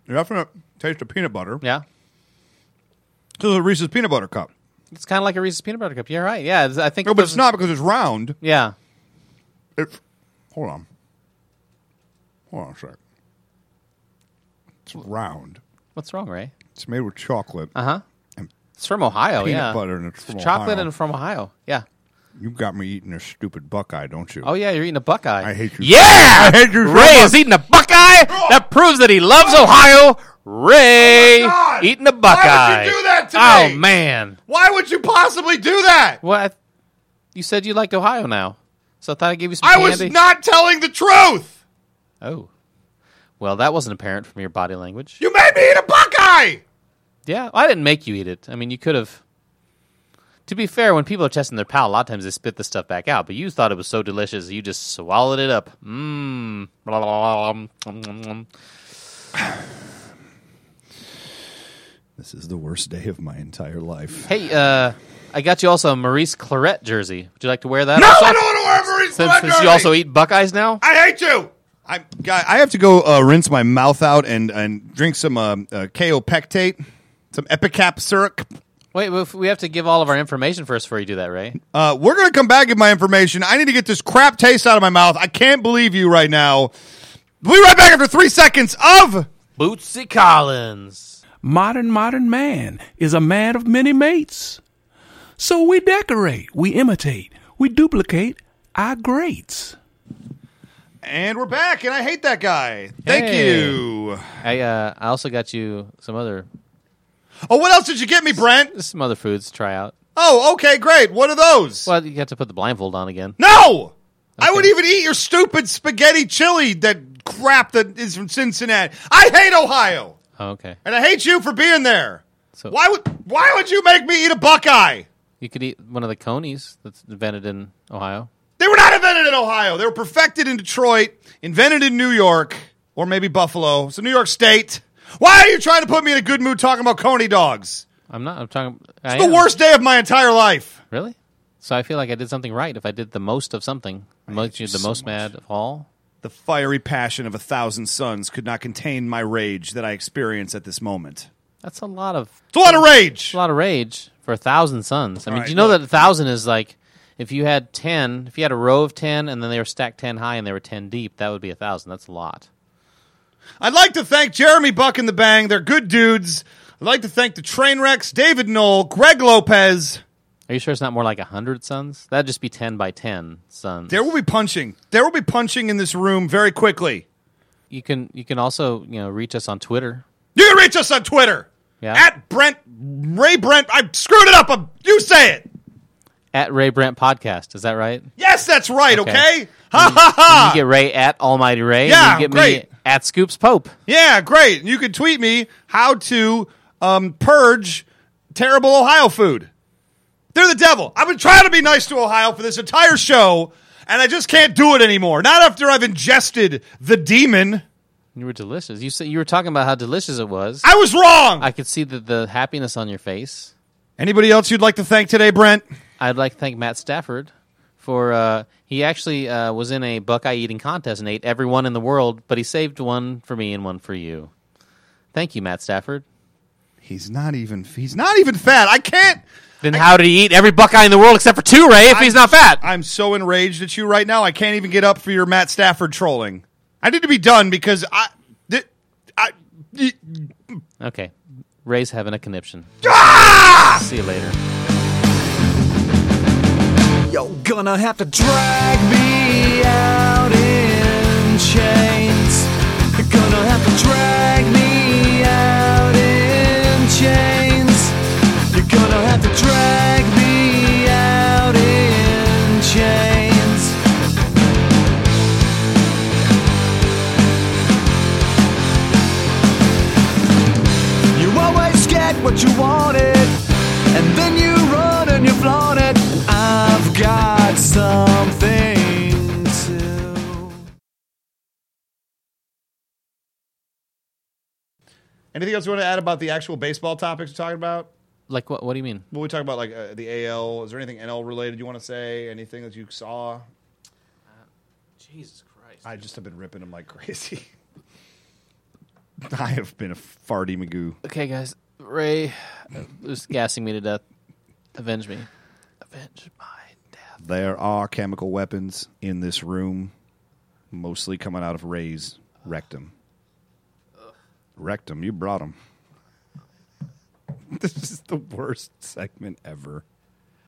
Speaker 4: You're definitely taste of peanut butter.
Speaker 3: yeah.
Speaker 4: This is a Reese's peanut butter cup.
Speaker 3: It's kind of like a Reese's peanut butter cup. You're right. Yeah, it's- I think.
Speaker 4: No,
Speaker 3: it
Speaker 4: but it's
Speaker 3: doesn't-
Speaker 4: not because it's round.
Speaker 3: Yeah.
Speaker 4: It's hold on. Hold on a sec. It's round.
Speaker 3: What's wrong, Ray?
Speaker 4: It's made with chocolate,
Speaker 3: Uh huh. It's from Ohio.
Speaker 4: peanut
Speaker 3: yeah.
Speaker 4: butter, and it's from
Speaker 3: chocolate
Speaker 4: Ohio.
Speaker 3: and from Ohio. Yeah.
Speaker 4: You've got me eating a stupid Buckeye, don't you?
Speaker 3: Oh yeah, you're eating a Buckeye.
Speaker 4: I hate you.
Speaker 3: Yeah,
Speaker 4: I hate you so
Speaker 3: Ray
Speaker 4: much.
Speaker 3: is eating a Buckeye. That proves that he loves Ohio. Ray
Speaker 4: God.
Speaker 3: eating a Buckeye.
Speaker 4: you do that to
Speaker 3: oh
Speaker 4: me?
Speaker 3: man.
Speaker 4: Why would you possibly do that?
Speaker 3: Well, I, you said you liked Ohio now, so I thought I'd give you some
Speaker 4: I was
Speaker 3: candy.
Speaker 4: not telling the truth.
Speaker 3: Oh, well, that wasn't apparent from your body language.
Speaker 4: You made me eat a Buckeye.
Speaker 3: yeah, I didn't make you eat it. I mean, you could have. To be fair, when people are testing their palate, a lot of times they spit the stuff back out. But you thought it was so delicious, you just swallowed it up. Mmm. Blah, blah, blah, blah, mm, mm, mm.
Speaker 4: This is the worst day of my entire life.
Speaker 3: Hey, uh, I got you also a Maurice Claret jersey. Would you like to wear that?
Speaker 4: No,
Speaker 3: also?
Speaker 4: I don't want to wear Maurice
Speaker 3: Since,
Speaker 4: Black
Speaker 3: since you
Speaker 4: jersey.
Speaker 3: also eat Buckeyes now.
Speaker 4: I hate you. I guy, I have to go uh, rinse my mouth out and and drink some uh, uh, KO pectate, some Epicap syrup.
Speaker 3: Wait, we we have to give all of our information first before you do that, Ray.
Speaker 4: Uh, we're gonna come back with my information. I need to get this crap taste out of my mouth. I can't believe you right now. We'll be right back after three seconds of.
Speaker 3: Bootsy Collins.
Speaker 8: Modern, modern man is a man of many mates. So we decorate, we imitate, we duplicate our greats.
Speaker 4: And we're back, and I hate that guy. Thank
Speaker 3: Hey.
Speaker 4: you.
Speaker 3: I uh, I also got you some other
Speaker 4: Oh, what else did you get me, Brent?
Speaker 3: just some other foods to try out.
Speaker 4: Oh, okay, great. What are those?
Speaker 3: Well, you got to put the blindfold on again.
Speaker 4: No! I would even eat your stupid spaghetti chili, that crap that is from Cincinnati. I hate Ohio,
Speaker 3: Oh, okay,
Speaker 4: and I hate you for being there.
Speaker 3: So-
Speaker 4: why would why would you make me eat a Buckeye?
Speaker 3: you could eat one of the conies that's invented in Ohio.
Speaker 4: They were not invented in Ohio. They were perfected in Detroit, invented in New York, or maybe Buffalo. So New York State. Why are you trying to put me in a good mood talking about Coney dogs?
Speaker 3: I'm not. I'm talking. I
Speaker 4: It's the
Speaker 3: am.
Speaker 4: worst day of my entire life.
Speaker 3: Really? So I feel like I did something right if I did the most of something. Most, the most mad of all.
Speaker 4: The fiery passion of a thousand suns could not contain my rage that I experience at this moment.
Speaker 3: That's a lot of
Speaker 4: It's a lot of rage.
Speaker 3: a lot of rage for a thousand sons. I mean,
Speaker 4: right,
Speaker 3: do you know
Speaker 4: look.
Speaker 3: that a thousand is like if you had ten, if you had a row of ten, and then they were stacked ten high and they were ten deep, that would be a thousand. That's a lot.
Speaker 4: I'd like to thank Jeremy Buck and the Bang. They're good dudes. I'd like to thank the Trainwrecks, David Knoll, Greg Lopez.
Speaker 3: Are you sure it's not more like a hundred sons? That'd just be ten by ten sons.
Speaker 4: There will be punching. There will be punching in this room very quickly.
Speaker 3: you can you can also you know reach us on Twitter.
Speaker 4: You can reach us on Twitter
Speaker 3: Yeah.
Speaker 4: at Brent Ray Brent. I screwed it up. i you say it.
Speaker 3: At Ray Brent Podcast, is that right?
Speaker 4: Yes, that's right. Okay.
Speaker 3: Okay.
Speaker 4: Ha ha ha.
Speaker 3: You get Ray at Almighty Ray.
Speaker 4: Yeah,
Speaker 3: and you get
Speaker 4: great.
Speaker 3: me at Scoops Pope.
Speaker 4: Yeah, great. And You can tweet me how to um, purge terrible Ohio food. They're the devil. I've been trying to be nice to Ohio for this entire show, and I just can't do it anymore. Not after I've ingested the demon.
Speaker 3: You were delicious. You said you were talking about how delicious it was.
Speaker 4: I was wrong.
Speaker 3: I could see the, the happiness on your face.
Speaker 4: Anybody else you'd like to thank today, Brent?
Speaker 3: I'd like to thank Matt Stafford for uh, he actually uh, was in a Buckeye eating contest and ate everyone in the world, but he saved one for me and one for you. Thank you, Matt Stafford.
Speaker 4: He's not even. He's not even fat. I can't.
Speaker 3: Then how did he eat every Buckeye in the world except for two, Ray, if he's not fat?
Speaker 4: I'm so enraged at you right now. I can't even get up for your Matt Stafford trolling. I need to be done because I. Th- I
Speaker 3: Okay. Ray's having a conniption.
Speaker 4: ah!
Speaker 3: See you later.
Speaker 1: You're gonna have to drag me out in chains. You're gonna have to drag me out in chains. You're gonna have to drag me out in chains. You always get what you wanted, and then you run and you flaunt it. And I've got something to.
Speaker 4: Anything else you want to add about the actual baseball topics we're talking about?
Speaker 3: Like what? What do you mean?
Speaker 4: Well, we talk about like uh, the AL. Is there anything NL related you want to say? Anything that you saw?
Speaker 3: Uh, Jesus Christ!
Speaker 4: I just have been ripping them like crazy. *laughs* I have been a farty magoo.
Speaker 3: Okay, guys. Ray was gassing me to death. Avenge me. Avenge my death.
Speaker 4: There are chemical weapons in this room, mostly coming out of Ray's rectum. *laughs* Rectum, you brought them. This is the worst segment ever.